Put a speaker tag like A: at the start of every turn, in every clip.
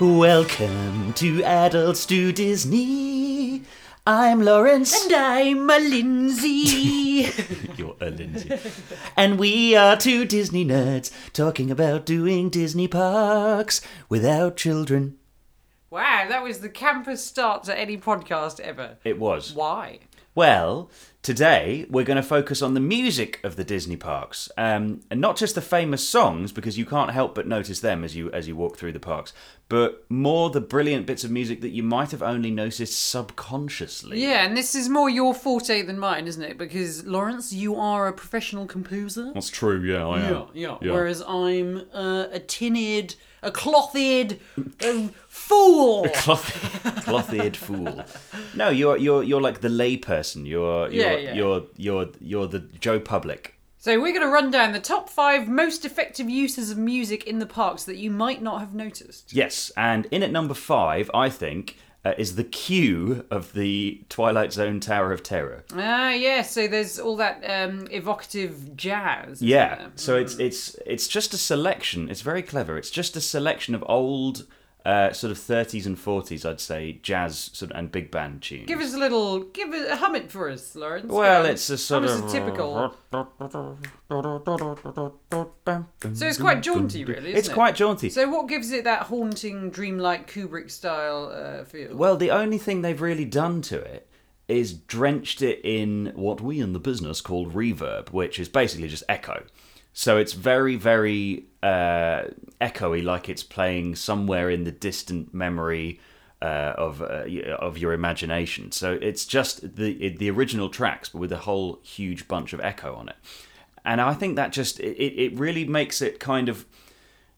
A: Welcome to Adults to Disney. I'm Lawrence,
B: And I'm a Lindsay.
A: You're a Lindsay. and we are two Disney nerds talking about doing Disney parks without children.
B: wow, that was the campus starts at any podcast ever.
A: It was.
B: Why?
A: Well, today we're going to focus on the music of the Disney parks, um, and not just the famous songs, because you can't help but notice them as you as you walk through the parks, but more the brilliant bits of music that you might have only noticed subconsciously.
B: Yeah, and this is more your forte than mine, isn't it? Because Lawrence, you are a professional composer.
C: That's true. Yeah, I am.
B: Yeah, yeah. Whereas I'm uh, a tinid, a clothed um, fool.
A: Cloth, cloth-eared fool. No, you're you're you're like the layperson. You're you're
B: Yeah, yeah.
A: you're you're you're the Joe Public.
B: So we're going to run down the top five most effective uses of music in the parks that you might not have noticed.
A: Yes, and in at number five, I think, uh, is the cue of the Twilight Zone Tower of Terror.
B: Ah, yeah. So there's all that um, evocative jazz. isn't
A: Yeah.
B: there?
A: So it's it's it's just a selection. It's very clever. It's just a selection of old uh, sort of 30s and 40s, I'd say, jazz sort of, and big band tunes.
B: Give us a little, give it, hum it for us, Lawrence.
A: well,
B: Go on.
A: it's a sort
B: Hum us
A: of
B: a typical. So it's quite jaunty, really. Isn't
A: It's
B: it?
A: quite jaunty.
B: So what gives it that haunting, dreamlike Kubrick style uh, feel?
A: well, the only thing they've really done to it is drenched it in what we in the business call reverb, which is basically just echo. So it's very, very uh, echoey, like it's playing somewhere in the distant memory uh, of uh, y- of your imagination. So it's just the the original tracks, but with a whole huge bunch of echo on it. And I think that just it, it it really makes it kind of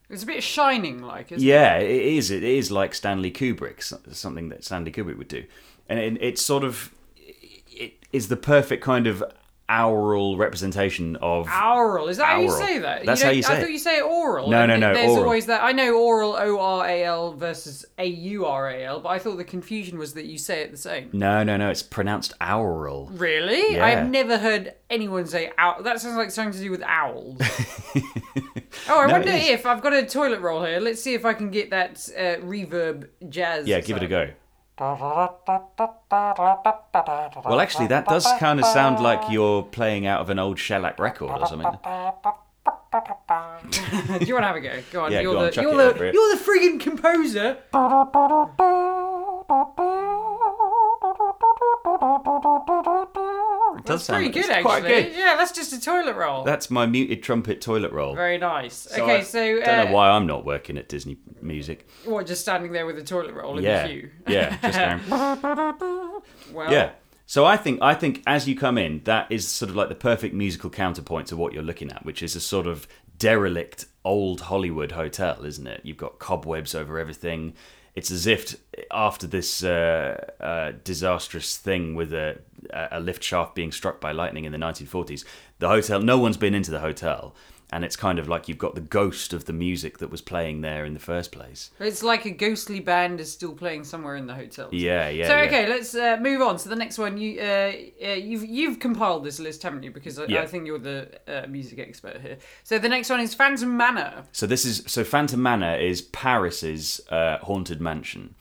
B: It's a bit shining, like. Isn't
A: yeah, it is. It is like Stanley Kubrick, s- something that Stanley Kubrick would do, and it, it's sort of it is the perfect kind of aural representation of.
B: it? Aural. Is that how you
A: Aural.
B: say that?
A: That's how
B: don't-
A: you say
B: I
A: it.
B: thought you say oral.
A: No,
B: and
A: no, no,
B: There's
A: oral.
B: always that. I know oral, O R A L versus A U R A L, but I thought the confusion was that you say it the same.
A: No, no, no. It's pronounced aural.
B: Really?
A: Yeah.
B: I've never heard anyone say owl. That sounds like something to do with owls. oh, I
A: No, it
B: wonder
A: is.
B: if I've got a toilet roll here. Let's see if I can get that uh, reverb jazz.
A: Yeah, give it a
B: sound.
A: go. Well, actually, that does kind of sound like you're playing out of an old shellac record or something.
B: Do you want to have a go? Go on.
A: Yeah,
B: you're
A: go on,
B: the
A: chuck
B: you're
A: it
B: the
A: over it.
B: you're the friggin' composer.
A: It does sound
B: Pretty good,
A: it's
B: actually.
A: quite good.
B: Yeah, that's just a toilet roll.
A: That's my muted trumpet toilet roll.
B: Very nice. okay,
A: I
B: so uh,
A: don't know why I'm not working at Disney Music.
B: what? Just standing there with a toilet roll
A: yeah,
B: in the queue.
A: yeah, just going.
B: Well,
A: Yeah. So I think I think as you come in, that is sort of like the perfect musical counterpoint to what you're looking at, which is a sort of derelict old Hollywood hotel, isn't it? You've got cobwebs over everything. It's as if after this uh, uh, disastrous thing with a, a lift shaft being struck by lightning in the 1940s, the hotel. No one's been into the hotel, and it's kind of like you've got the ghost of the music that was playing there in the first place.
B: it's like a ghostly band is still playing somewhere in the hotel.
A: Yeah, yeah.
B: so
A: yeah.
B: okay, let's uh, move on. So the next one, you uh, uh, you've you've compiled this list, haven't you? Because I,
A: Yeah.
B: I think you're the uh, music expert here. So the next one is Phantom Manor.
A: So this is so Phantom Manor is Paris's uh, haunted mansion.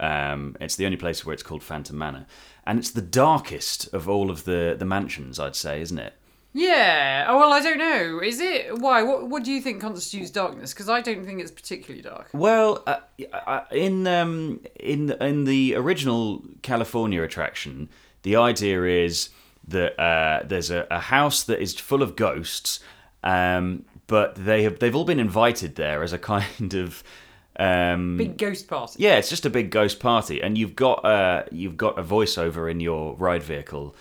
A: Um, it's the only place where it's called Phantom Manor, and it's the darkest of all of the the mansions, I'd say, isn't it?
B: Yeah. Oh well, I don't know. Is it why? What What do you think constitutes darkness? Because I don't think it's particularly dark.
A: Well, uh, I- I- in um, in in the original California attraction, the idea is that uh, there's a, a house that is full of ghosts, um, but they have they've all been invited there as a kind of um,
B: Big ghost party.
A: Yeah, it's just a big ghost party, and you've got uh, you've got a voiceover in your ride vehicle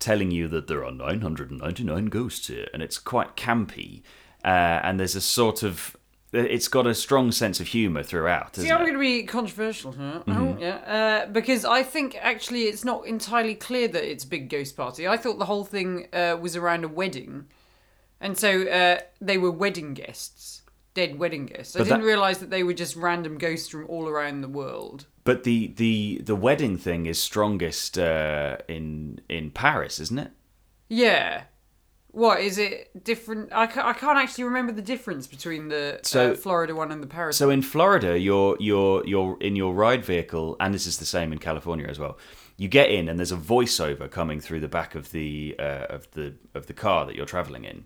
A: telling you that there are 999 ghosts here, and it's quite campy, uh, and there's a sort of it's got a strong sense of humour throughout.
B: See,
A: isn't
B: I'm
A: it? Mm-hmm.
B: going to be controversial here. Oh, yeah. Uh, because I think actually it's not entirely clear that it's big ghost party. I thought the whole thing uh, was around a wedding, and so uh, they were wedding guests, dead wedding guests. I
A: But
B: didn't
A: that-
B: realize that they were just random ghosts from all around the world.
A: But the the the wedding thing is strongest uh, in in Paris, isn't it?
B: Yeah. What is it different? I, ca- I can't actually remember the difference between the
A: So-
B: uh, Florida one and the Paris.
A: So in Florida, you're you're you're in your ride vehicle, and this is the same in California as well. You get in, and there's a voiceover coming through the back of the uh, of the of the car that you're traveling in,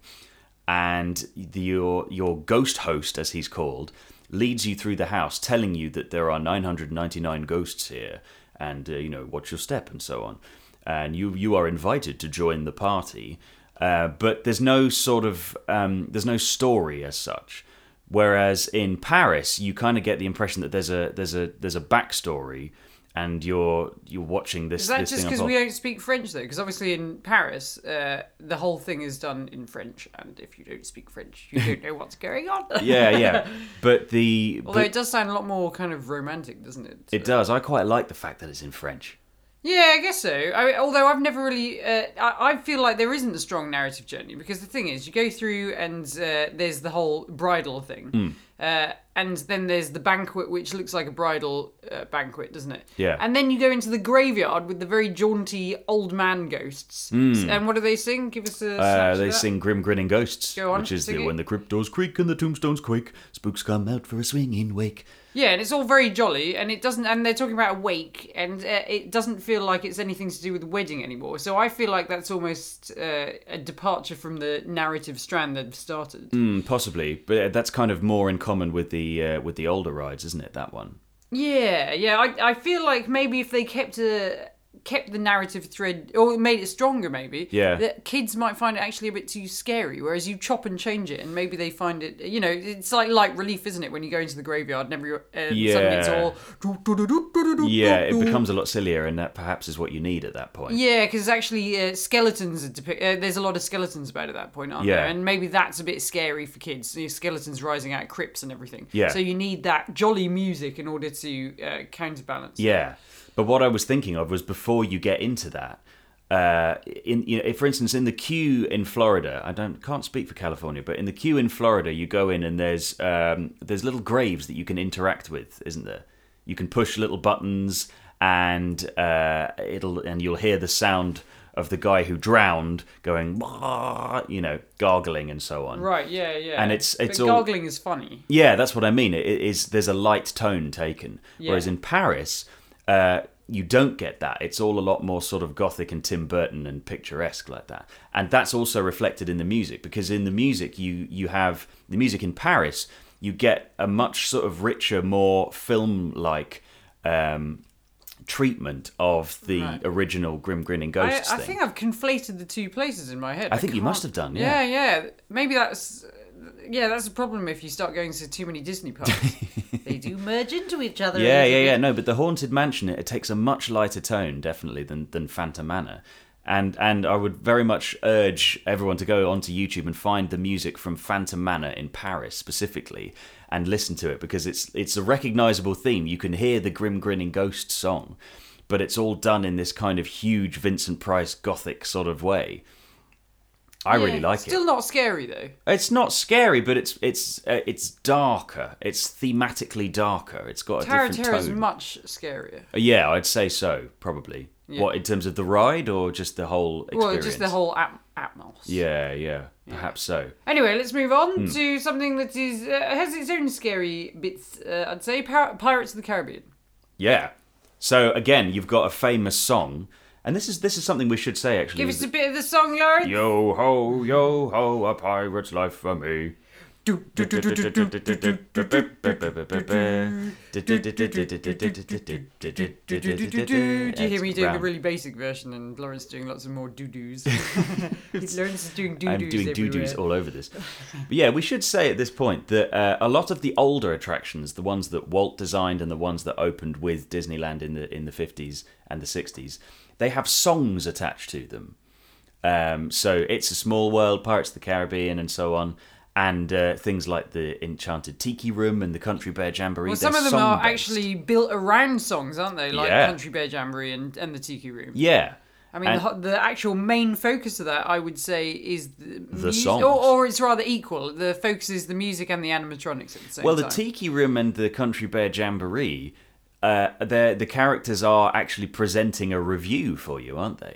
A: and the, your your ghost host, as he's called, leads you through the house, telling you that there are 999 ghosts here, and uh, you know watch your step and so on, and you you are invited to join the party. Uh, but there's no sort of um, there's no story as such. Whereas in Paris, you kind of get the impression that there's a there's a there's a backstory, and you're you're watching this.
B: Is that
A: this
B: just
A: thing
B: because
A: unfold.
B: we don't speak French though? Because obviously in Paris, uh, the whole thing is done in French, and if you don't speak French, you don't know what's going on.
A: yeah, yeah. But the
B: Although
A: but
B: it does sound a lot more kind of romantic, doesn't it?
A: it does. I quite like the fact that it's in French.
B: Yeah, I guess so. I, although I've never really, uh, I, I feel like there isn't a strong narrative journey because the thing is, you go through and uh, there's the whole bridal thing,
A: Hmm.
B: uh, and then there's the banquet, which looks like a bridal uh, banquet, doesn't it?
A: Yeah.
B: And then you go into the graveyard with the very jaunty old man ghosts, and what do they sing? Give us a.
A: Hmm. Uh,
B: snatch of
A: they
B: that.
A: sing "Grim Grinning Ghosts,"
B: Go on,
A: which is
B: sing
A: the,
B: it.
A: when the cryptos creak and the tombstones quake, spooks come out for a swinging wake.
B: Yeah, and it's all very jolly, and it doesn't. And they're talking about a wake, and uh, it doesn't feel like it's anything to do with the wedding anymore. So I feel like that's almost uh, a departure from the narrative strand they've started.
A: Hmm, possibly, but that's kind of more in common with the uh, with the older rides, isn't it? That one.
B: Yeah, yeah. I, I feel like maybe if they kept a kept the narrative thread or made it stronger, maybe.
A: Yeah.
B: That kids might find it actually a bit too scary, whereas you chop and change it, and maybe they find it. You know, it's like light relief, isn't it? When you go into the graveyard and every uh, suddenly it's
A: Yeah.
B: all.
A: Yeah, it becomes a lot sillier, and that perhaps is what you need at that point.
B: Yeah, because actually, uh, skeletons are depict- uh, There's a lot of skeletons about at that point, aren't
A: Yeah.
B: there? And maybe that's a bit scary for kids. So your skeletons rising out of crypts and everything.
A: Yeah.
B: So you need that jolly music in order to uh, counterbalance.
A: Yeah, but what I was thinking of was before you get into that. Uh, in you know, if, for instance, in the queue in Florida, I don't can't speak for California, but in the queue in Florida, you go in and there's um, there's little graves that you can interact with, isn't there? You can push little buttons and uh, it'll and you'll hear the sound of the guy who drowned going, you know, gargling and so on.
B: Right. Yeah. Yeah.
A: And it's- it's
B: but
A: all-
B: gargling is funny.
A: Yeah, that's what I mean. It it is there's a light tone taken, whereas in Paris, uh, you don't get that. It's all a lot more sort of gothic and Tim Burton and picturesque like that, and that's also reflected in the music because in the music you you have the music in Paris, you get a much sort of richer, more film like. Um, treatment of the original grim grinning
B: I,
A: ghosts
B: I
A: thing
B: think I've conflated the two places in my head.
A: I think you must have done
B: Yeah.
A: yeah
B: yeah. Maybe that's. Yeah, that's a problem if you start going to too many Disney parks. they do merge into each other. a
A: Yeah,
B: little
A: yeah,
B: bit.
A: yeah. No, but the haunted mansion it, it takes a much lighter tone, definitely, than than Phantom Manor. And and I would very much urge everyone to go onto YouTube and find the music from Phantom Manor in Paris specifically, and listen to it because it's it's a recognizable theme. You can hear the grim grinning ghost song, but it's all done in this kind of huge Vincent Price gothic sort of way. I really
B: Yeah,
A: like it.
B: Still not scary though.
A: It's not scary, but it's it's uh, it's darker. It's thematically darker. It's got a
B: Tara
A: different
B: Terra is
A: tone.
B: much scarier.
A: Yeah, I'd say so, probably. What in terms of the ride or just the whole experience?
B: Well, just the whole at- atmos.
A: Yeah, Hmm. yeah, perhaps so.
B: Anyway, let's move on to something that is uh, has its own scary bits. Uh, I'd say Pir- Pirates of the Caribbean.
A: Yeah. So again, you've got a famous song, and this is this is something we should say actually.
B: Give us a bit of the song, Lauren.
A: Yo ho, yo ho, a pirate's life for me.
B: Do you hear me doing the
A: Round.
B: really basic version and Lawrence doing lots of more doo doos? Lawrence is doing doo doos.
A: I'm doing doo doos
B: everywhere.
A: all over this. But yeah, we should say at this point that uh, a lot of the older attractions, the ones that Walt designed and the ones that opened with Disneyland in the in the 50s and the 60s, they have songs attached to them. Um, so it's a small world, Pirates of the Caribbean, and so on. And uh, things like the Enchanted Tiki Room and the Country Bear Jamboree.
B: Well, some
A: they're
B: of them are
A: song-based.
B: actually built around songs, aren't they? Like
A: Yeah.
B: Country Bear Jamboree and, and the Tiki Room.
A: Yeah.
B: I mean,
A: And-
B: the the, the actual main focus of that, I would say, is the,
A: The
B: mus-
A: songs.
B: or, or it's rather equal. The focus is the music and the animatronics at the same
A: Well,
B: time.
A: the Tiki Room and the Country Bear Jamboree, uh, the the characters are actually presenting a review for you, aren't they?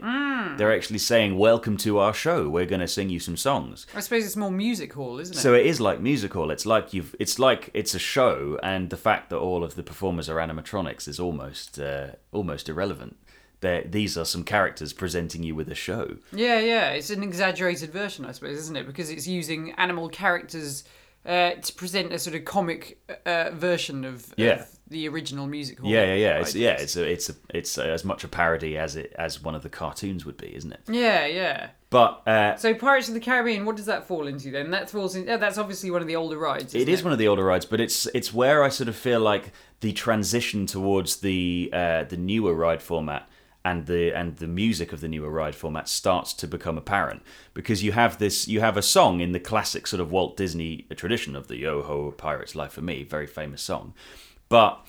A: They're actually saying, "Welcome to our show. We're going to sing you some songs."
B: I suppose it's more music hall, isn't it?
A: So it is like music hall. It's like you've. It's like it's a show, and the fact that all of the performers are animatronics is almost uh, almost irrelevant. They're, these are some characters presenting you with a show.
B: yeah, yeah. It's an exaggerated version, I suppose, isn't it? Because it's using animal characters uh, to present a sort of comic uh, version of,
A: Yeah.
B: of the original music hall.
A: Yeah, yeah, yeah. It's,
B: ideas.
A: yeah, it's a, it's a, it's uh as much a parody as it as one of the cartoons would be, isn't it?
B: Yeah, yeah.
A: But uh,
B: So Pirates of the Caribbean, what does that fall into then? That falls in. Oh, that's obviously one of the older rides.
A: it
B: isn't
A: is one of the older rides, but it's it's where I sort of feel like the transition towards the uh, the newer ride format and the and the music of the newer ride format starts to become apparent because you have this you have a song in the classic sort of Walt Disney tradition of the Yo Ho Pirates Life for Me, very famous song, but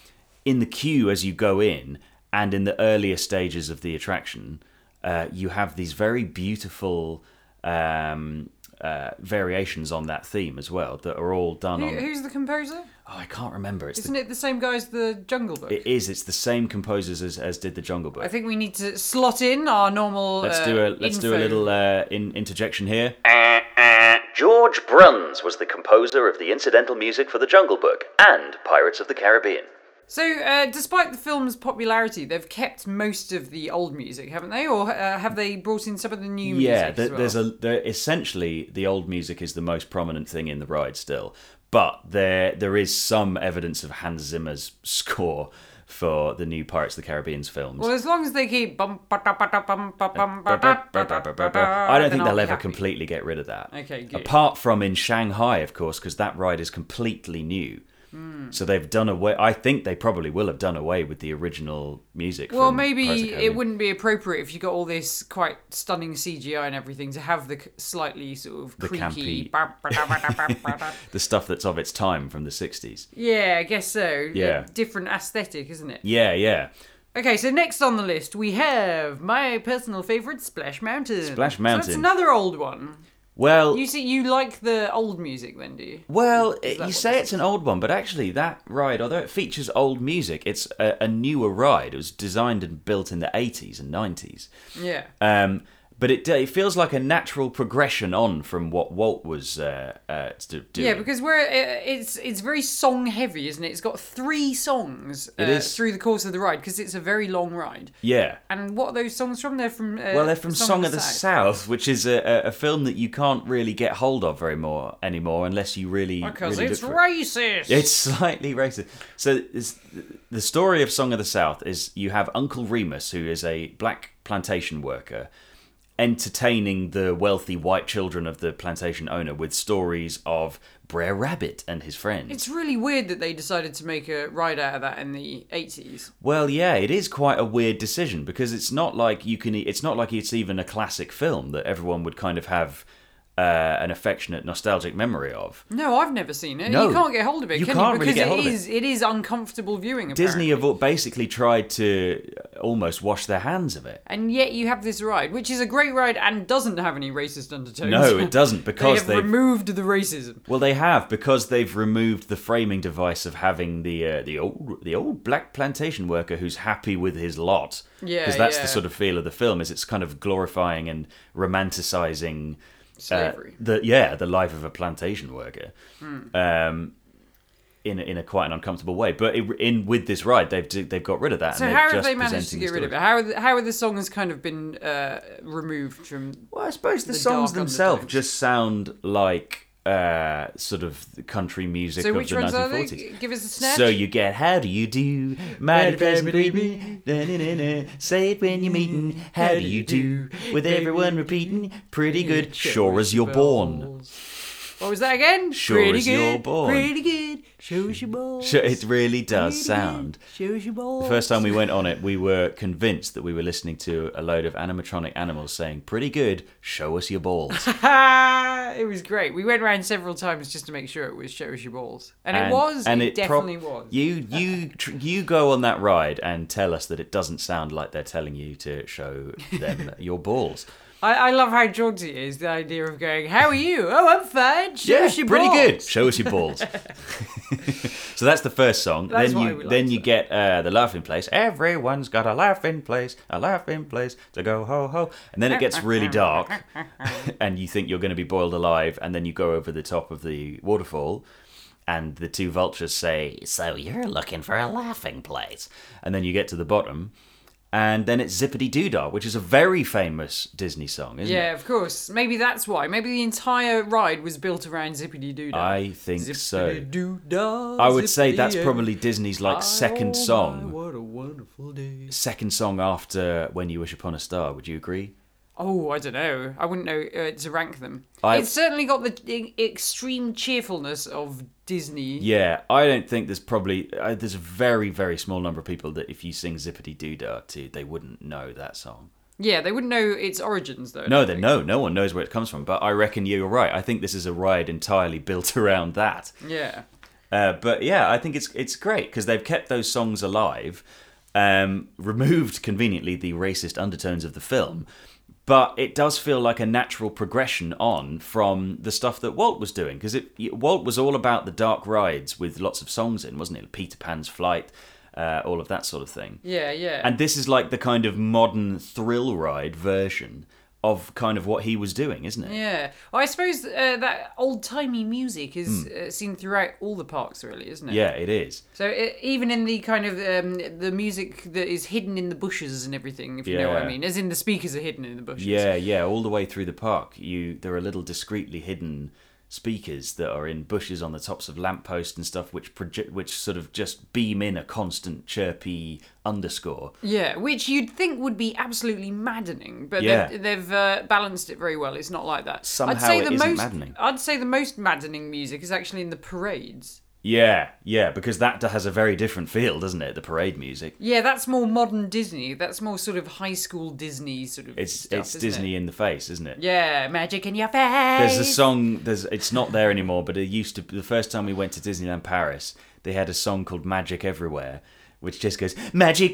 A: in the queue as you go in and in the earlier stages of the attraction, uh, you have these very beautiful. Um, uh, variations on that theme as well that are all done on
B: Who, who's the composer?
A: Oh, I can't remember. It's
B: Isn't it the same guy as the Jungle Book?
A: the, it is. It's the same composers as, as did the Jungle
B: I
A: Book.
B: think we need to slot in our normal.
A: Let's
B: uh,
A: do a let's do a
B: info.
A: little uh, in, interjection here.
C: Uh, George Bruns was the composer of the incidental music for The Jungle Book and Pirates of the Caribbean.
B: So, uh, despite the film's popularity, they've kept most of the old music, haven't they? Or uh, have they brought in some of the new music?
A: Yeah,
B: as
A: th
B: well?
A: there's a there, essentially the old music is the most prominent thing in the ride still, but there there is some evidence of Hans Zimmer's score for the new Pirates of the Caribbean's films.
B: Well, as long as they keep. bum, ba, da, ba, da, bum, ba, bum, ba, da, ba, da, ba, da,
A: I don't
B: then
A: think
B: I'll
A: they'll
B: be
A: ever
B: happy.
A: completely get rid of that.
B: Okay, good.
A: Apart from in Shanghai, of course, because that ride is completely new.
B: Hmm.
A: So they've done away. I think they probably will have done away with the original music.
B: Well,
A: from Pirates of
B: maybe
A: the
B: it
A: Caribbean.
B: wouldn't be appropriate if you got all this quite stunning CGI and everything to have the c- slightly sort of creaky.
A: campy-
B: ba, ba, da, ba, da, ba, ba, da.
A: The stuff that's of its time from the '60s.
B: yeah, I guess so.
A: Yeah.
B: Different aesthetic, isn't it?
A: Yeah, yeah.
B: Okay, so next on the list we have my personal favourite, Splash Mountain.
A: Splash
B: So
A: Mountain.
B: that's another old one.
A: Well,
B: You see, you like the old music, then, do you?
A: Well, it-
B: that
A: you
B: what
A: say it's an old one, but actually, that ride, although it features old music, it's a, a newer ride. It was designed and built in the 80s and 90s.
B: Yeah.
A: Um, but it, it feels like a natural progression on from what Walt was uh, uh, do- doing.
B: Yeah, because we're uh, it's it's very song heavy, isn't it? It's got three songs uh,
A: is.
B: through the course of the ride because it's a very long ride.
A: Yeah.
B: And what are those songs from? They're from uh,
A: Well, they're from Song, of the South, which is a, a, a film that you can't really get hold of very more anymore unless you really.
B: Because
A: really
B: it's
A: look for it.
B: racist.
A: It's slightly racist. So it's, the story of Song of the South is you have Uncle Remus, who is a black plantation worker, entertaining the wealthy white children of the plantation owner with stories of Brer Rabbit and his friends.
B: It's really weird that they decided to make a ride out of that in the eighties.
A: Well, yeah, it is quite a weird decision because it's not like you can. e, It's not like it's even a classic film that everyone would kind of have uh, an affectionate, nostalgic memory of.
B: No, I've never seen it.
A: No.
B: you can't get hold of it,
A: You
B: can
A: can't
B: you?
A: really
B: Because
A: get
B: it
A: hold of it.
B: is it is uncomfortable viewing.
A: Disney
B: apparently.
A: have al- basically tried to almost wash their hands of it.
B: and yet you have this ride, which is a great ride and doesn't have any racist undertones.
A: No, it doesn't
B: they
A: because
B: have
A: they have
B: removed the racism.
A: well, they have because they've removed the framing device of having the uh, the old the old black plantation worker who's happy with his lot.
B: Yeah,
A: because that's
B: yeah.
A: the sort of feel of the film is it's kind of glorifying and romanticizing uh,
B: Slavery. Hmm.
A: the yeah the life of a plantation worker um, in a, in a quite an uncomfortable way. But it, in with this ride, they've d- they've got rid of that.
B: So
A: and
B: how
A: they're
B: have
A: just
B: they managed to
A: presenting the
B: get rid of
A: story.
B: it? How are the, how are the songs kind of been uh, removed from?
A: Well, I suppose the,
B: the
A: songs
B: dark
A: themselves
B: undertones.
A: just sound like uh, sort of country music
B: So
A: of
B: which
A: the
B: ones
A: 1940s.
B: are they? G- Give us a snatch.
A: So you get how do you do, mighty pleasant greeting, da-na-na-na. say it when you're meeting, how do you do, with everyone repeating, pretty good, sure as you're born.
B: What was that again?
A: Sure
B: pretty
A: as
B: good,
A: you're born.
B: Pretty good. Show us your balls.
A: Sure, it really
B: Pretty
A: does
B: good.
A: sound.
B: Show us your balls.
A: The first time we went on it, we were convinced that we were listening to a load of animatronic animals saying, pretty good, show us your balls.
B: Ha! it was great. We went around several times just to make sure it was show us your balls, and, it was. it,
A: prob-
B: definitely was.
A: You you tr- you go on that ride and tell us that it doesn't sound like they're telling you to show them your balls.
B: I, I love how jaunty it is the idea of going. How are you? Oh, I'm fine. Show
A: Yeah,
B: us your
A: pretty
B: balls."
A: good. Show us your balls. So that's the first song.
B: That's
A: then
B: why
A: you
B: we
A: then
B: liked
A: you
B: it.
A: get uh, the laughing place. Everyone's got a laughing place, a laughing place to go ho ho. And then it gets really dark, and you think you're going to be boiled alive, and then you go over the top of the waterfall. And the two vultures say, So you're looking for a laughing place. And then you get to the bottom, and then it's Zippity Doodah, which is a very famous Disney song, isn't it?
B: Yeah, of course. Maybe that's why. Maybe the entire ride was built around Zippity Doo Dah.
A: I think so.
B: Zippity-doo-dah,
A: I would say that's
B: zippity-doo.
A: probably Disney's like second
B: Oh,
A: song.
B: my, what a wonderful day.
A: second song after When You Wish Upon a Star. Would you agree?
B: Oh, I don't know. I wouldn't know uh, to rank them.
A: I-
B: It's certainly got the e- extreme cheerfulness of Disney.
A: Yeah, I don't think there's probably uh, there's a very very small number of people that if you sing Zippity Doo Dah to, they wouldn't know that song.
B: Yeah, they wouldn't know its origins though.
A: No, they no no one knows where it comes from. But I reckon you're right. I think this is a ride entirely built around that.
B: Yeah.
A: Uh, but yeah, I think it's it's great because they've kept those songs alive, um, removed conveniently the racist undertones of the film, but it does feel like a natural progression on from the stuff that Walt was doing because Walt was all about the dark rides with lots of songs in, wasn't it? Peter Pan's Flight, uh, all of that sort of thing.
B: Yeah, yeah.
A: And this is like the kind of modern thrill ride version of kind of what he was doing, isn't it?
B: yeah. Well, I suppose uh, that old timey music is uh, seen throughout all the parks, really, isn't it?
A: Hmm. Yeah, it is.
B: So i even in the kind of um, the music that is hidden in the bushes and everything, if you know what I
A: Yeah.
B: mean, as in the speakers are hidden in the bushes.
A: Yeah, yeah, all the way through the park. You there are little discreetly hidden speakers that are in bushes on the tops of lampposts and stuff which project which sort of just beam in a constant chirpy underscore.
B: Yeah, which you'd think would be absolutely maddening, but
A: Yeah.
B: they've, they've uh, balanced it very well. It's not like that.
A: Somehow it isn't
B: most,
A: maddening.
B: I'd say the most maddening music is actually in the parades.
A: Yeah, yeah, because that has a very different feel, doesn't it? The parade music.
B: Yeah, that's more modern Disney. That's more sort of high school Disney sort of.
A: It's
B: stuff,
A: it's
B: isn't
A: Disney
B: It?
A: in the face, isn't it?
B: Yeah, magic in your face.
A: There's a song. There's it's not there anymore, but it used to. The first time we went to Disneyland Paris, they had a song called "Magic Everywhere," which just goes "Magic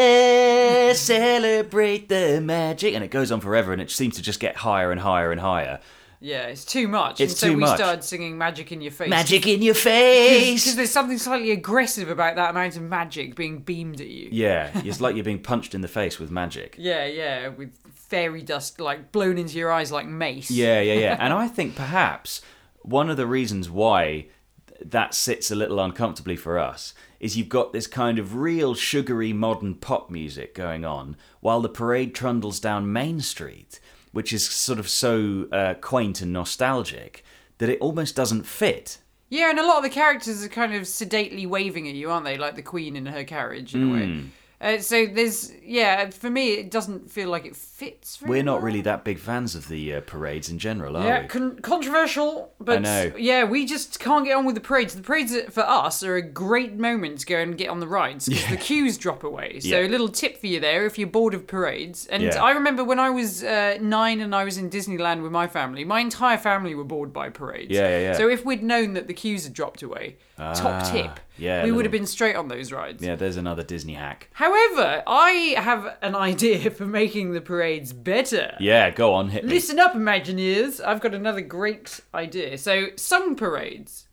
A: Everywhere, celebrate the magic," and it goes on forever, and it seems to just get higher and higher and higher.
B: Yeah, it's too much.
A: It's
B: and so
A: too
B: we
A: much.
B: started singing magic in your face.
A: Magic in your
B: Because
A: face.
B: there's something slightly aggressive about that amount of magic being beamed at you.
A: Yeah, it's like you're being punched in the face with magic.
B: Yeah, yeah, with fairy dust like blown into your eyes like mace.
A: Yeah, yeah, yeah. and I think perhaps one of the reasons why th- that sits a little uncomfortably for us is you've got this kind of real sugary modern pop music going on while the parade trundles down Main Street, which is sort of so uh, quaint and nostalgic that it almost doesn't fit.
B: Yeah, and a lot of the characters are kind of sedately waving at you, aren't they? Like the queen in her carriage, in
A: Hmm.
B: a way. Uh, so there's, yeah, for me, it doesn't feel like it fits. Very
A: We're not
B: well.
A: really that big fans of the uh, parades in general, are
B: Yeah,
A: we?
B: con- controversial, but
A: know.
B: yeah, we just can't get on with the parades. The parades are- for us are a great moment to go and get on the rides 'cause the queues drop away. So
A: Yeah.
B: a little tip for you there if you're bored of parades. And
A: Yeah.
B: I remember when I was uh, nine and I was in Disneyland with my family, my entire family were bored by parades.
A: Yeah, yeah, yeah.
B: So if we'd known that the queues had dropped away, top
A: Ah,
B: tip,
A: yeah,
B: we would have
A: little-
B: been straight on those rides.
A: Yeah, there's another Disney hack.
B: However, I have an idea for making the parades better.
A: Yeah, go on, hit me.
B: Listen up, Imagineers. I've got another great idea. So, sung parades.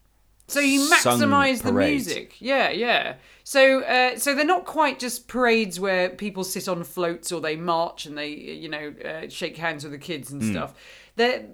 B: So you
A: Sung
B: maximise the
A: parades.
B: music. Yeah, yeah. So, uh, so they're not quite just parades where people sit on floats or they march and they, you know, uh, shake hands with the kids
A: Hmm.
B: and stuff. They're,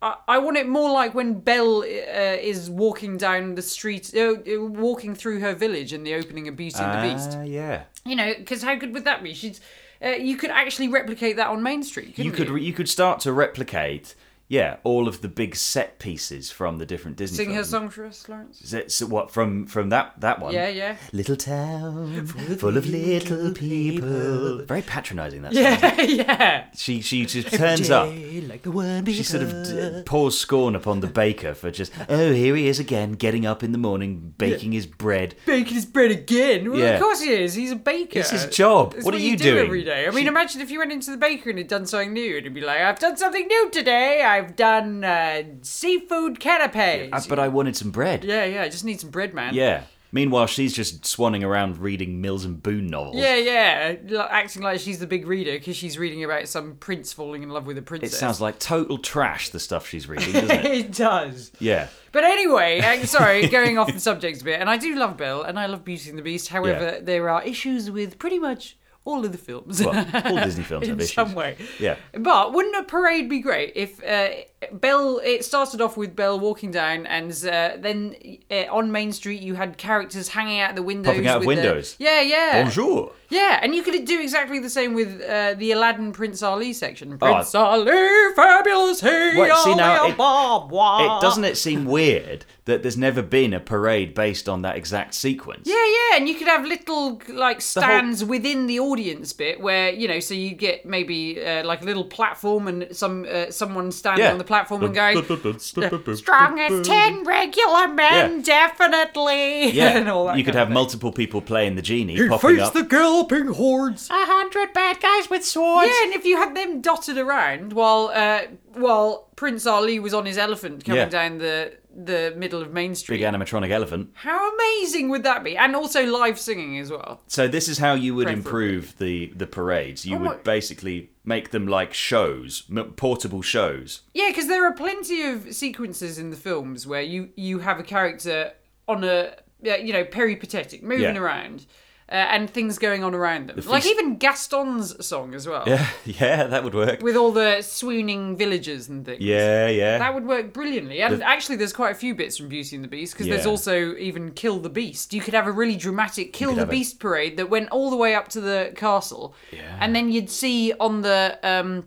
B: I, I want it more like when Belle uh, is walking down the street, uh, uh, walking through her village in the opening of Beauty and the Beast.
A: Ah, yeah.
B: You know, because how good would that be? She's, uh, you could actually replicate that on Main Street.
A: you
B: couldn't
A: could re- you could start to replicate yeah all of the big set pieces from the different Disney
B: Sing her
A: films.
B: song for us, Lawrence.
A: Is it- so what from from that that one?
B: Yeah, yeah.
A: Little town full of little people. Very patronising that. Song.
B: Yeah, yeah.
A: She she just turns up.
D: like the worm
A: She sort of d- pours scorn upon the baker for just oh here he is again getting up in the morning baking his bread.
B: Baking his bread again. Well,
A: Yeah.
B: of course he is. He's a baker.
A: It's his job.
B: It's
A: What are you
B: do
A: doing?
B: every day? I mean, imagine if you went into the bakery and had done something new. It'd be like, I've done something new today. I've done uh, seafood canapes.
A: Uh, but I wanted some bread.
B: yeah, yeah. I just need some bread, man.
A: Yeah. Meanwhile, she's just swanning around reading Mills and Boone novels.
B: Yeah, yeah, like, acting like she's the big reader because she's reading about some prince falling in love with a
A: It
B: princess.
A: sounds like total trash, the stuff she's reading, doesn't it?
B: it does.
A: yeah.
B: But anyway, i sorry, going off the subject a bit. And I do love Bill and I love Beauty and the Beast. However,
A: Yeah.
B: there are issues with pretty much all of the films.
A: Well, all Disney films
B: in
A: have issues.
B: some way.
A: Yeah.
B: But wouldn't a parade be great if uh, Belle? It started off with Belle walking down, and uh, then uh, on Main Street you had characters hanging out the windows.
A: Popping out of
B: with their-
A: windows.
B: yeah, yeah.
A: Bonjour.
B: Yeah, and you could do exactly the same with uh, the Aladdin Prince Ali section.
A: Oh,
B: Prince Ali, fabulous he,
A: Wait, see, now,
B: Ali,
A: it-
B: blah, blah.
A: It doesn't it seem weird that there's never been a parade based on that exact sequence?
B: Yeah, yeah, and you could have little like stands within the audience bit where you know, so you get maybe uh, like a little platform and some uh, someone standing
A: Yeah.
B: on the platform and going, "Strong as ten regular men, definitely."
A: Yeah.
B: and all that.
A: you could
B: kind
A: have
B: of thing.
A: multiple people playing the genie popping up.
D: galloping hordes.
B: a hundred bad guys with swords. Yeah, and if you had them dotted around while uh, while Prince Ali was on his elephant coming
A: Yeah.
B: down the the middle of Main Street,
A: Big animatronic elephant.
B: how amazing would that be? And also live singing as well.
A: So this is how you would
B: Preferably.
A: improve the the parades. You
B: Oh my-
A: would basically make them like shows, m- portable shows.
B: Yeah, because there are plenty of sequences in the films where you you have a character on a yeah, you know peripatetic moving
A: Yeah.
B: around. Uh, and things going on around them, like
A: feast-
B: even Gaston's song as well,
A: Yeah, yeah, that would work.
B: with all the swooning villagers and things.
A: Yeah, yeah.
B: that would work brilliantly. And actually, there's quite a few bits from Beauty and the Beast because there's
A: Yeah.
B: also even Kill the Beast. You could have a really dramatic Kill the
A: have a-
B: Beast parade that went all the way up to the castle, and then you'd see on the um,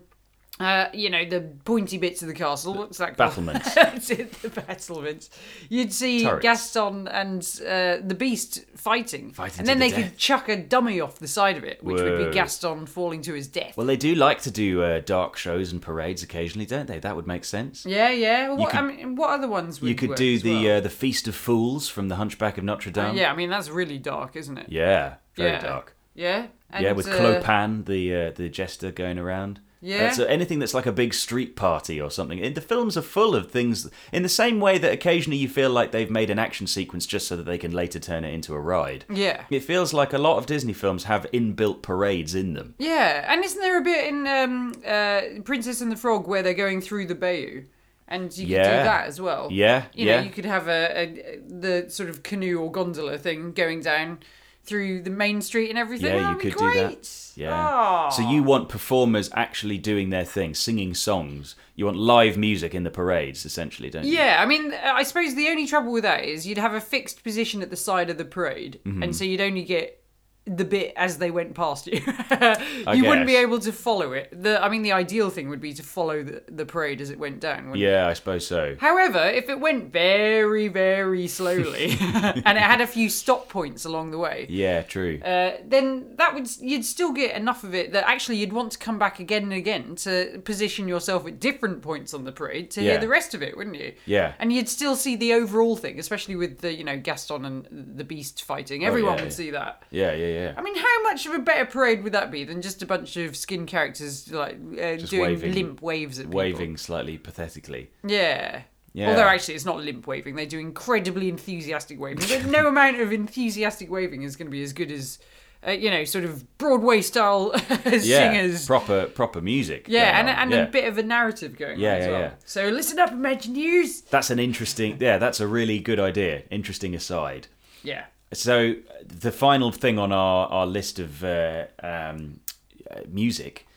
B: uh, you know, the pointy bits of the castle. What's that called?
A: Battlements.
B: That's it, the battlements. You'd see
A: Turrets.
B: Gaston and uh, the Beast fighting,
A: Fighting
B: and
A: to
B: then
A: the
B: they could
A: death.
B: chuck a dummy off the side of it, which would
A: Whoa.
B: be Gaston falling to his death.
A: well, they do like to do uh, dark shows and parades occasionally, don't they? That would make sense.
B: yeah, yeah. Well, what, I
A: could-
B: mean, what other ones would
A: You could
B: work
A: do
B: as
A: the
B: well?
A: uh, the Feast of Fools from the Hunchback of Notre Dame.
B: Yeah, I mean that's really dark, isn't it?
A: Um, Yeah, very
B: Yeah.
A: dark.
B: Yeah. And,
A: yeah, with
B: uh,
A: Clopin, the uh, the jester going around.
B: Yeah.
A: Uh, so anything that's like a big street party or something. And the films are full of things in the same way that occasionally you feel like they've made an action sequence just so that they can later turn it into a ride.
B: Yeah.
A: It feels like a lot of Disney films have inbuilt parades in them.
B: Yeah, and isn't there a bit in um, uh, Princess and the Frog where they're going through the bayou? And you could do
A: Yeah.
B: that as well.
A: Yeah,
B: You
A: yeah.
B: know, you could have a, a the sort of canoe or gondola thing going down through the main street and everything.
A: Yeah,
B: That'd
A: you
B: be
A: could do
B: great.
A: that. Yeah.
B: Ah.
A: So you want performers actually doing their thing, singing songs. You want live music in the parades, essentially, don't you?
B: Yeah, I mean, I suppose the only trouble with that is you'd have a fixed position at the side of the parade,
A: Mm-hmm.
B: and so you'd only get the bit as they went past you. you wouldn't be
A: guess.
B: able to follow it. The, I mean, the ideal thing would be to follow the, the parade as it went down. wouldn't it?
A: Yeah, I suppose so.
B: However, if it went very, very slowly, and it had a few stop points along the way,
A: Yeah, true.
B: uh, then that would you'd still get enough of it that actually you'd want to come back again and again to position yourself at different points on the parade to hear
A: Yeah.
B: the rest of it, wouldn't you?
A: Yeah.
B: And you'd still see the overall thing, especially with the you know Gaston and the Beast fighting. Everyone
A: Oh, yeah,
B: would
A: yeah.
B: see that.
A: yeah, yeah, yeah.
B: I mean, how much of a better parade would that be than just a bunch of skin characters like uh, doing
A: waving-
B: limp waves at people?
A: Waving slightly pathetically.
B: Yeah.
A: Yeah.
B: Although actually, it's not limp waving. They do incredibly enthusiastic waving. But no amount of enthusiastic waving is going to be as good as, uh, you know, sort of Broadway style
A: Yeah,
B: singers.
A: proper proper music. going
B: yeah, and,
A: on,
B: and
A: yeah.
B: a bit of a narrative going
A: Yeah,
B: on as
A: yeah,
B: well.
A: yeah.
B: So listen up, Imagineers.
A: That's an interesting. Yeah, that's a really good idea. Interesting aside.
B: Yeah.
A: So the final thing on our our list of uh, um, uh, music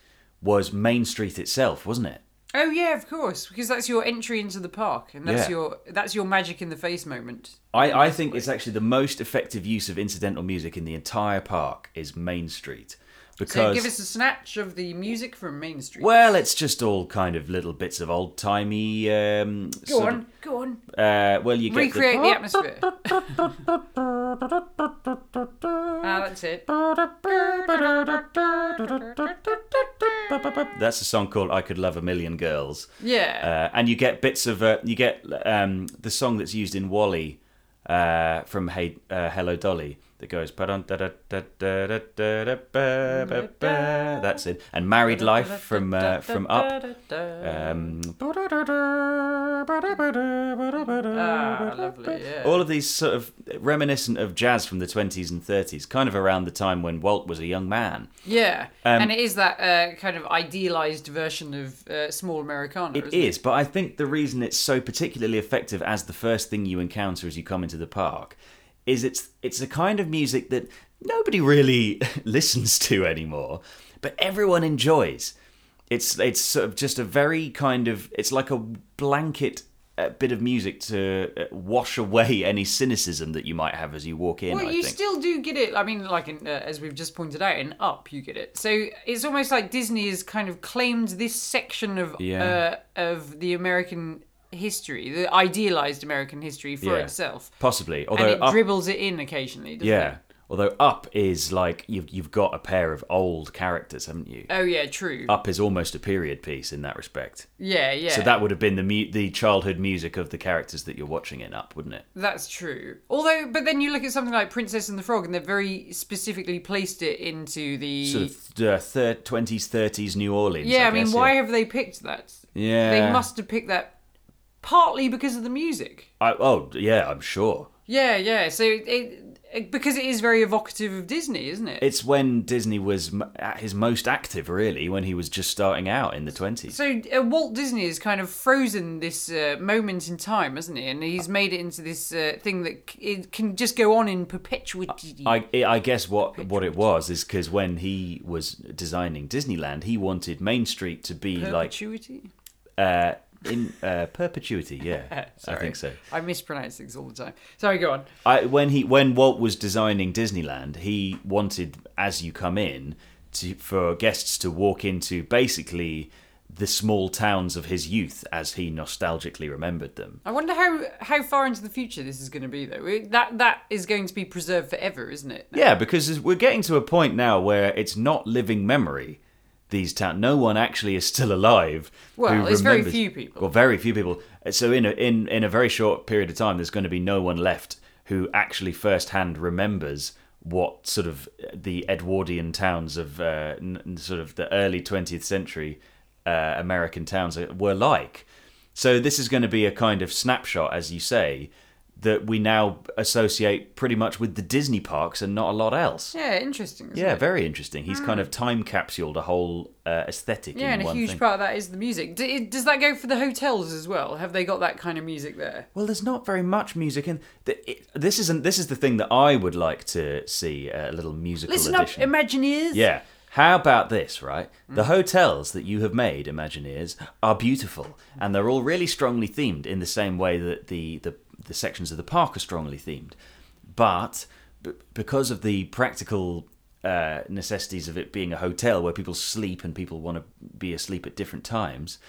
A: was Main Street itself, wasn't it?
B: Oh yeah, of course, because that's your entry into the park, and that's
A: Yeah.
B: your that's your magic in the face moment.
A: I, I think it's actually the most effective use of incidental music in the entire park is Main Street
B: So
A: because
B: give us a snatch of the music from Main Street.
A: well, it's just all kind of little bits of old timey. Um,
B: Go
A: sort
B: on, go on.
A: Of, uh, well, you get
B: Recreate
A: the,
B: the, atmosphere. ah, that's it.
A: that's a song called "I Could Love a Million Girls."
B: Yeah.
A: uh, and you get bits of uh, you get um, the song that's used in Wally uh, from Hey uh, Hello Dolly. that goes. That's it. And Married Life from uh, from Up.
B: Uh,
A: Um,
B: ah, lovely. Yeah.
A: all of these sort of reminiscent of jazz from the 20s and 30s, kind of around the time when Walt was a young man.
B: yeah.
A: Um,
B: and it is that uh, kind of idealized version of uh, small Americana.
A: It
B: isn't
A: is, but I think the reason it's so particularly effective as the first thing you encounter as you come into the park is it's it's a kind of music that nobody really listens to anymore, but everyone enjoys. It's it's sort of just a very kind of it's like a blanket uh, bit of music to uh, wash away any cynicism that you might have as you walk in.
B: Well,
A: I
B: you
A: think.
B: still do get it. I mean, like in, uh, as we've just pointed out, in Up, you get it. So it's almost like Disney has kind of claimed this section of
A: Yeah.
B: uh, of the American history, the idealized American history for
A: Yeah.
B: itself,
A: Possibly, although
B: and it
A: up-
B: dribbles it in occasionally. Doesn't
A: yeah.
B: It?
A: Although up is like you've you've got a pair of old characters, haven't you?
B: Oh yeah, true.
A: Up is almost a period piece in that respect.
B: yeah, yeah.
A: So that would have been the mu- the childhood music of the characters that you're watching in Up, wouldn't it?
B: That's true. Although, but then you look at something like Princess and the Frog, and they've very specifically placed it into the.
A: Sort of th- uh, third, 20s, 30s New Orleans.
B: yeah, I,
A: guess,
B: mean, why
A: Yeah.
B: have they picked that?
A: Yeah.
B: They must have picked that partly because of the music.
A: I, oh, yeah, I'm sure.
B: Yeah, yeah. So it, it because it is very evocative of Disney, isn't it?
A: It's when Disney was m- at his most active, really, when he was just starting out in the 20s.
B: so uh, Walt Disney has kind of frozen this uh, moment in time, hasn't he? And he's made it into this uh, thing that c- it can just go on in perpetuity.
A: I, I guess what what it was is because when he was designing Disneyland, he wanted Main Street to be like
B: perpetuity.
A: uh, in uh, perpetuity. Yeah, I think so.
B: I mispronounce things all the time. Sorry, go on.
A: I, when he when Walt was designing Disneyland, he wanted as you come in to, for guests to walk into basically the small towns of his youth as he nostalgically remembered them.
B: I wonder how how far into the future this is going to be, though. It- that that is going to be preserved forever, isn't it?
A: Yeah, because we're getting to a point now where it's not living memory. These towns, no one actually is still alive.
B: Well, it's very
A: remembers-
B: few people.
A: Well, very few people. So in a, in in a very short period of time, there's going to be no one left who actually firsthand remembers what sort of uh, the Edwardian towns of uh, n- n- sort of the early 20th century uh, American towns were like. So this is going to be a kind of snapshot, as you say, that we now associate pretty much with the Disney parks and not a lot else.
B: Yeah, interesting. Isn't
A: Yeah,
B: it?
A: very interesting. He's kind of time capsuled a whole uh, aesthetic
B: Yeah,
A: in
B: and a
A: one
B: huge
A: thing.
B: part of that is the music. D- it- Does that go for the hotels as well? Have they got that kind of music there?
A: Well, there's not very much music in. The, it, this isn't. This is the thing that I would like to see uh, a little musical
B: Listen
A: edition.
B: up, Hmm? Imagineers.
A: yeah. How about this, right? The hotels that you have made, Imagineers, are beautiful, and they're all really strongly themed in the same way that the the, the sections of the park are strongly themed. But b- because of the practical uh, necessities of it being a hotel where people sleep and people want to be asleep at different times,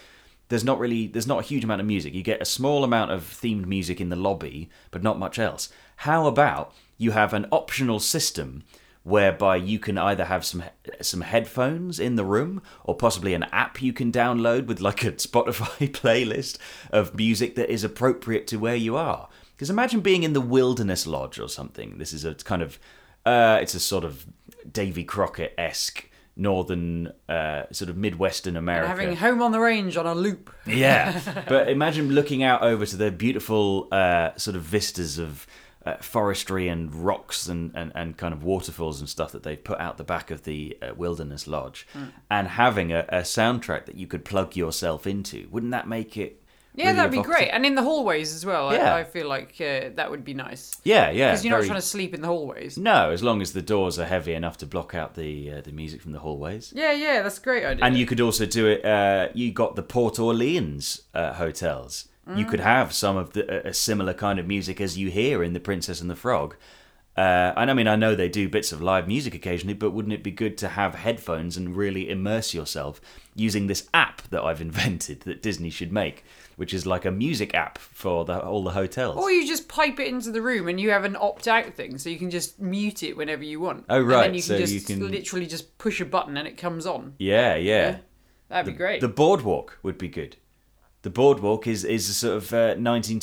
A: there's not really there's not a huge amount of music. You get a small amount of themed music in the lobby, but not much else. How about you have an optional system whereby you can either have some some headphones in the room or possibly an app you can download with like a Spotify playlist of music that is appropriate to where you are. Because imagine being in the wilderness lodge or something. This is a kind of uh, it's a sort of Davy Crockett esque northern uh, sort of midwestern America
B: Having Home on the Range on a loop.
A: yeah, but imagine looking out over to the beautiful uh, sort of vistas of uh, forestry and rocks and, and, and kind of waterfalls and stuff that they've put out the back of the uh, wilderness lodge,
B: Hmm.
A: and having a, a soundtrack that you could plug yourself into. Wouldn't that make it?
B: Yeah,
A: really
B: that'd be
A: evocative?
B: great. And in the hallways as well.
A: Yeah.
B: I, I feel like uh, that would be nice.
A: Yeah, yeah.
B: Because you're
A: very-
B: not trying to sleep in the hallways.
A: No, as long as the doors are heavy enough to block out the uh, the music from the hallways.
B: Yeah, yeah, that's a great idea.
A: And you could also do it. Uh, you got the Port Orleans uh, hotels. You
B: Mm.
A: could have some of the a a similar kind of music as you hear in The Princess and the Frog. Uh, and I mean, I know they do bits of live music occasionally, but wouldn't it be good to have headphones and really immerse yourself using this app that I've invented that Disney should make, which is like a music app for the, all the hotels?
B: Or you just pipe it into the room and you have an opt out thing, so you can just mute it whenever you want.
A: Oh,
B: And
A: right,
B: then you can
A: so
B: just
A: you can-
B: literally just push a button and it comes on.
A: yeah, yeah.
B: That'd be great.
A: The boardwalk would be good. The boardwalk is is a sort of uh,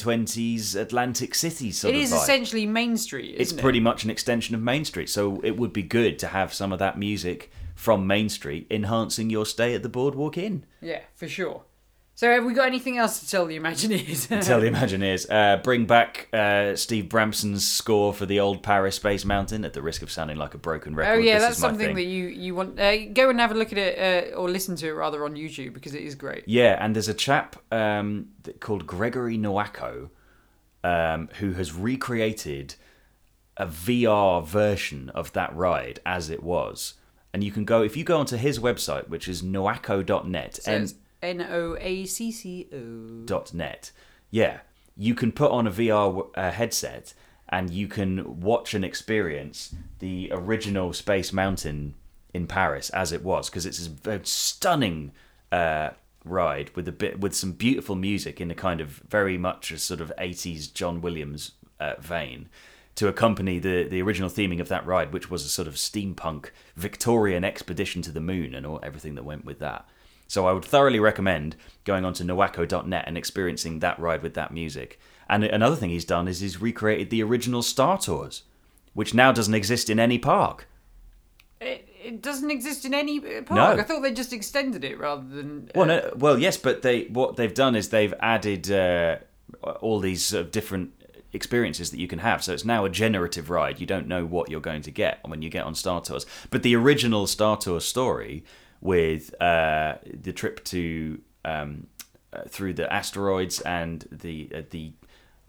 A: 1920s Atlantic City sort
B: It
A: of
B: is
A: vibe.
B: essentially Main Street. Isn't
A: it's
B: it?
A: pretty much an extension of Main Street, so it would be good to have some of that music from Main Street enhancing your stay at the Boardwalk Inn.
B: Yeah, for sure. So have we got anything else to tell the Imagineers? Oh,
A: Tell the Imagineers, uh, bring back uh, Steve Bramson's score for the old Paris Space Mountain. At the risk of sounding like a broken record,
B: Oh yeah,
A: this
B: that's
A: is my
B: something
A: thing.
B: that you you want. Uh, go and have a look at it uh, or listen to it rather on YouTube because it is great.
A: Yeah, and there's a chap um, that, called Gregory Nowako um, who has recreated a VR version of that ride as it was. And you can go, if you go onto his website, which is noaco.net,
B: So
A: and
B: it's N O A C C O.
A: .net. Yeah, you can put on a VR w- uh, headset and you can watch and experience the original Space Mountain in Paris as it was because it's a v- stunning uh, ride with a bit with some beautiful music in a kind of very much a sort of 80s John Williams uh, vein to accompany the the original theming of that ride which was a sort of steampunk Victorian expedition to the moon and all everything that went with that. So I would thoroughly recommend going onto nowako.net and experiencing that ride with that music. And another thing he's done is he's recreated the original Star Tours, which now doesn't exist in any park.
B: It, it doesn't exist in any uh, park.
A: No.
B: I thought they just extended it rather than.
A: Well,
B: uh,
A: no, well, yes, but they what they've done is they've added uh, all these sort of different experiences that you can have. So it's now a generative ride. You don't know what you're going to get when you get on Star Tours. But the original Star Tours story with uh, the trip to um, uh, through the asteroids and the uh, the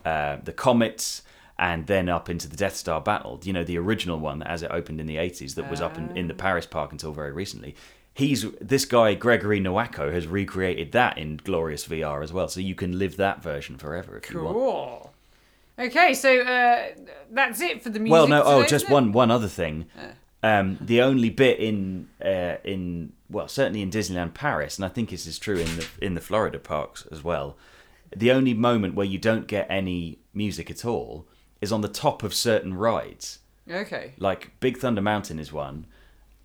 A: uh, the comets. And then up into the Death Star battle, you know, the original one as it opened in the 80s that was up in, in the Paris park until very recently he's this guy Gregory Nowako has recreated that in glorious VR as well, so you can live that version forever if you want.
B: Cool. Okay, so uh, that's it for the music.
A: Well, no,
B: today,
A: oh,
B: isn't
A: just
B: it?
A: one one other thing. Um, the only bit in uh, in well, certainly in Disneyland Paris, and I think this is true in the in the Florida parks as well. The only moment where you don't get any music at all is on the top of certain rides,
B: Okay.
A: like Big Thunder Mountain is one.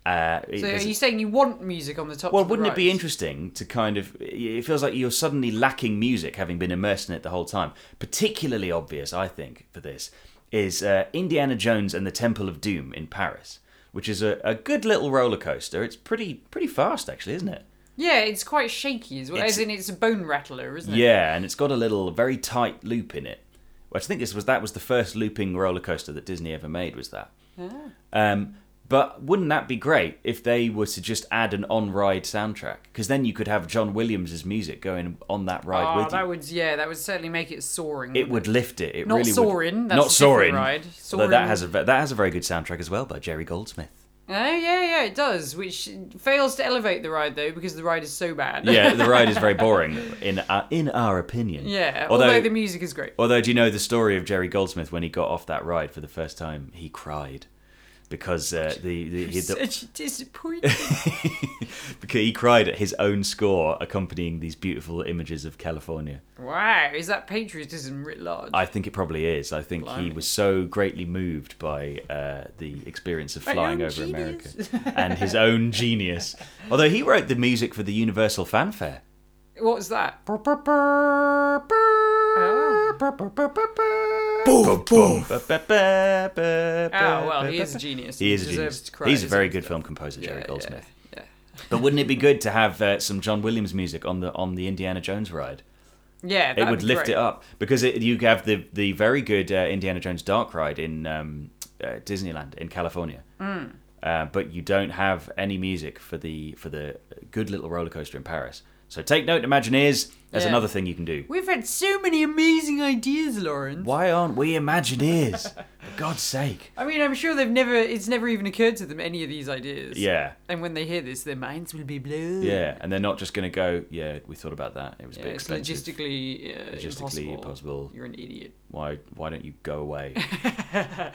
A: Uh, it-
B: So are
A: there's a-
B: you saying you want music on the top?
A: Well,
B: of the
A: wouldn't it be
B: rides?
A: interesting to kind of? It feels like you're suddenly lacking music, having been immersed in it the whole time. Particularly obvious, I think, for this is uh, Indiana Jones and the Temple of Doom in Paris, which is a, a good little roller coaster. It's pretty pretty fast, actually, isn't it?
B: Yeah, it's quite shaky as well.
A: It's-
B: As in, it's a bone rattler, isn't it?
A: Yeah, and it's got a little very tight loop in it. Which I think this was that was the first looping roller coaster that Disney ever made. Was that?
B: Ah.
A: Um, but wouldn't that be great if they were to just add an on-ride soundtrack? Because then you could have John Williams' music going on that ride
B: Oh,
A: with you.
B: that would yeah, that would certainly make it soaring.
A: it
B: wouldn't
A: would lift it. It
B: Not
A: really
B: Soarin',
A: Would.
B: that's a
A: not
B: different
A: soaring.
B: ride.
A: Although that
B: Soarin'-
A: has a ve- that has a very good soundtrack as well by Jerry Goldsmith.
B: Oh yeah, yeah, it does. Which fails to elevate the ride though, because the ride is so bad.
A: Yeah, the ride is very boring in our, in our opinion.
B: yeah. Although,
A: Although,
B: the music is great.
A: Although, do you know the story of Jerry Goldsmith when he got off that ride for the first time? He cried because uh, the, the, he, the
B: Such disappointment.
A: because he cried at his own score accompanying these beautiful images of California.
B: wow, is that patriotism writ large?
A: I think it probably is. I think he was so greatly moved by uh, the experience of flying
B: own
A: over
B: genius.
A: America and his own genius. Although he wrote the music for the Universal Fanfare.
B: what was that? Oh well, he is a genius.
A: He is a
B: deserves
A: genius.
B: to cry,
A: He's a very
B: doesn't
A: good film composer, Jerry
B: yeah,
A: Goldsmith.
B: he? Yeah.
A: But wouldn't it be good to have uh, some John Williams music on the on the Indiana Jones ride?
B: Yeah,
A: It
B: that'd
A: would
B: be
A: lift
B: great.
A: it up because it, you have the the very good uh, Indiana Jones dark ride in um, uh, Disneyland in California,
B: Hmm.
A: uh, but you don't have any music for the for the good little roller coaster in Paris. So take note, Imagineers. There's
B: Yeah.
A: another thing you can do.
B: We've had so many amazing ideas, Lawrence.
A: Why aren't we Imagineers? For God's sake!
B: I mean, I'm sure they've never. It's never even occurred to them any of these ideas.
A: Yeah,
B: And when they hear this, their minds will be blown.
A: yeah, and they're not just going to go. Yeah, we thought about that. It was a
B: Yeah,
A: bit
B: it's
A: expensive.
B: logistically, uh,
A: Logistically impossible.
B: You're an idiot.
A: Why? Why don't you go away?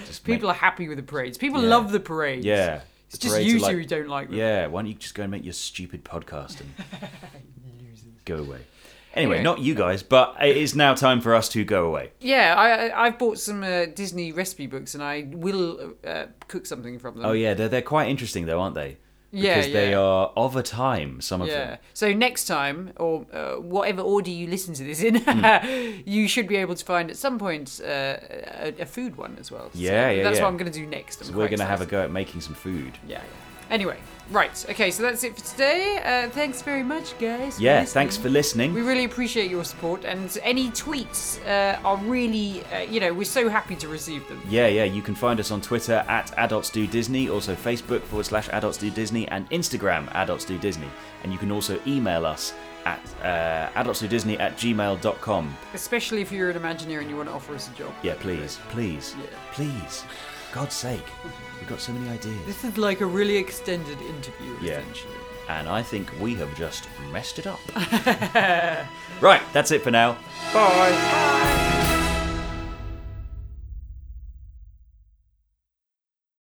A: Just make-
B: People are happy with the parades. People
A: Yeah.
B: love the parades.
A: yeah.
B: It's
A: the
B: just
A: parades are
B: you two
A: like-
B: who don't like them.
A: Yeah, why don't you just go and make your stupid podcast and go away? Anyway, not you guys, but it is now time for us to go away.
B: Yeah, I, I- I've bought some uh, Disney recipe books and I will uh, cook something from them.
A: Oh yeah, they're they're quite interesting though, aren't they?
B: Yeah,
A: because they
B: yeah.
A: are of a time. Some of
B: Yeah.
A: them.
B: So next time, or uh, whatever order you listen to this in,
A: Hmm.
B: you should be able to find at some point uh, a, a food one as well. So
A: Yeah, yeah,
B: That's
A: yeah.
B: what I'm going to do next.
A: So we're going to have a go at making some food.
B: Yeah. yeah. Anyway, right. Okay, so that's it for today. Uh, thanks very much, guys. for
A: Yeah,
B: listening.
A: thanks for listening.
B: We really appreciate your support, and any tweets uh, are really, uh, you know, we're so happy to receive them.
A: Yeah, yeah. You can find us on Twitter at Adults Do Disney, also Facebook forward slash Adults Do Disney, and Instagram Adults Do Disney. And you can also email us at uh, adultsdodisney at gmail.com.
B: Especially if you're an Imagineer and you want to offer us a job.
A: Yeah, please, please, please. God's sake. We've got so many ideas.
B: This is like a really extended interview,
A: Yeah.
B: essentially.
A: And I think we have just messed it up. right, that's it for now.
B: Bye. Bye.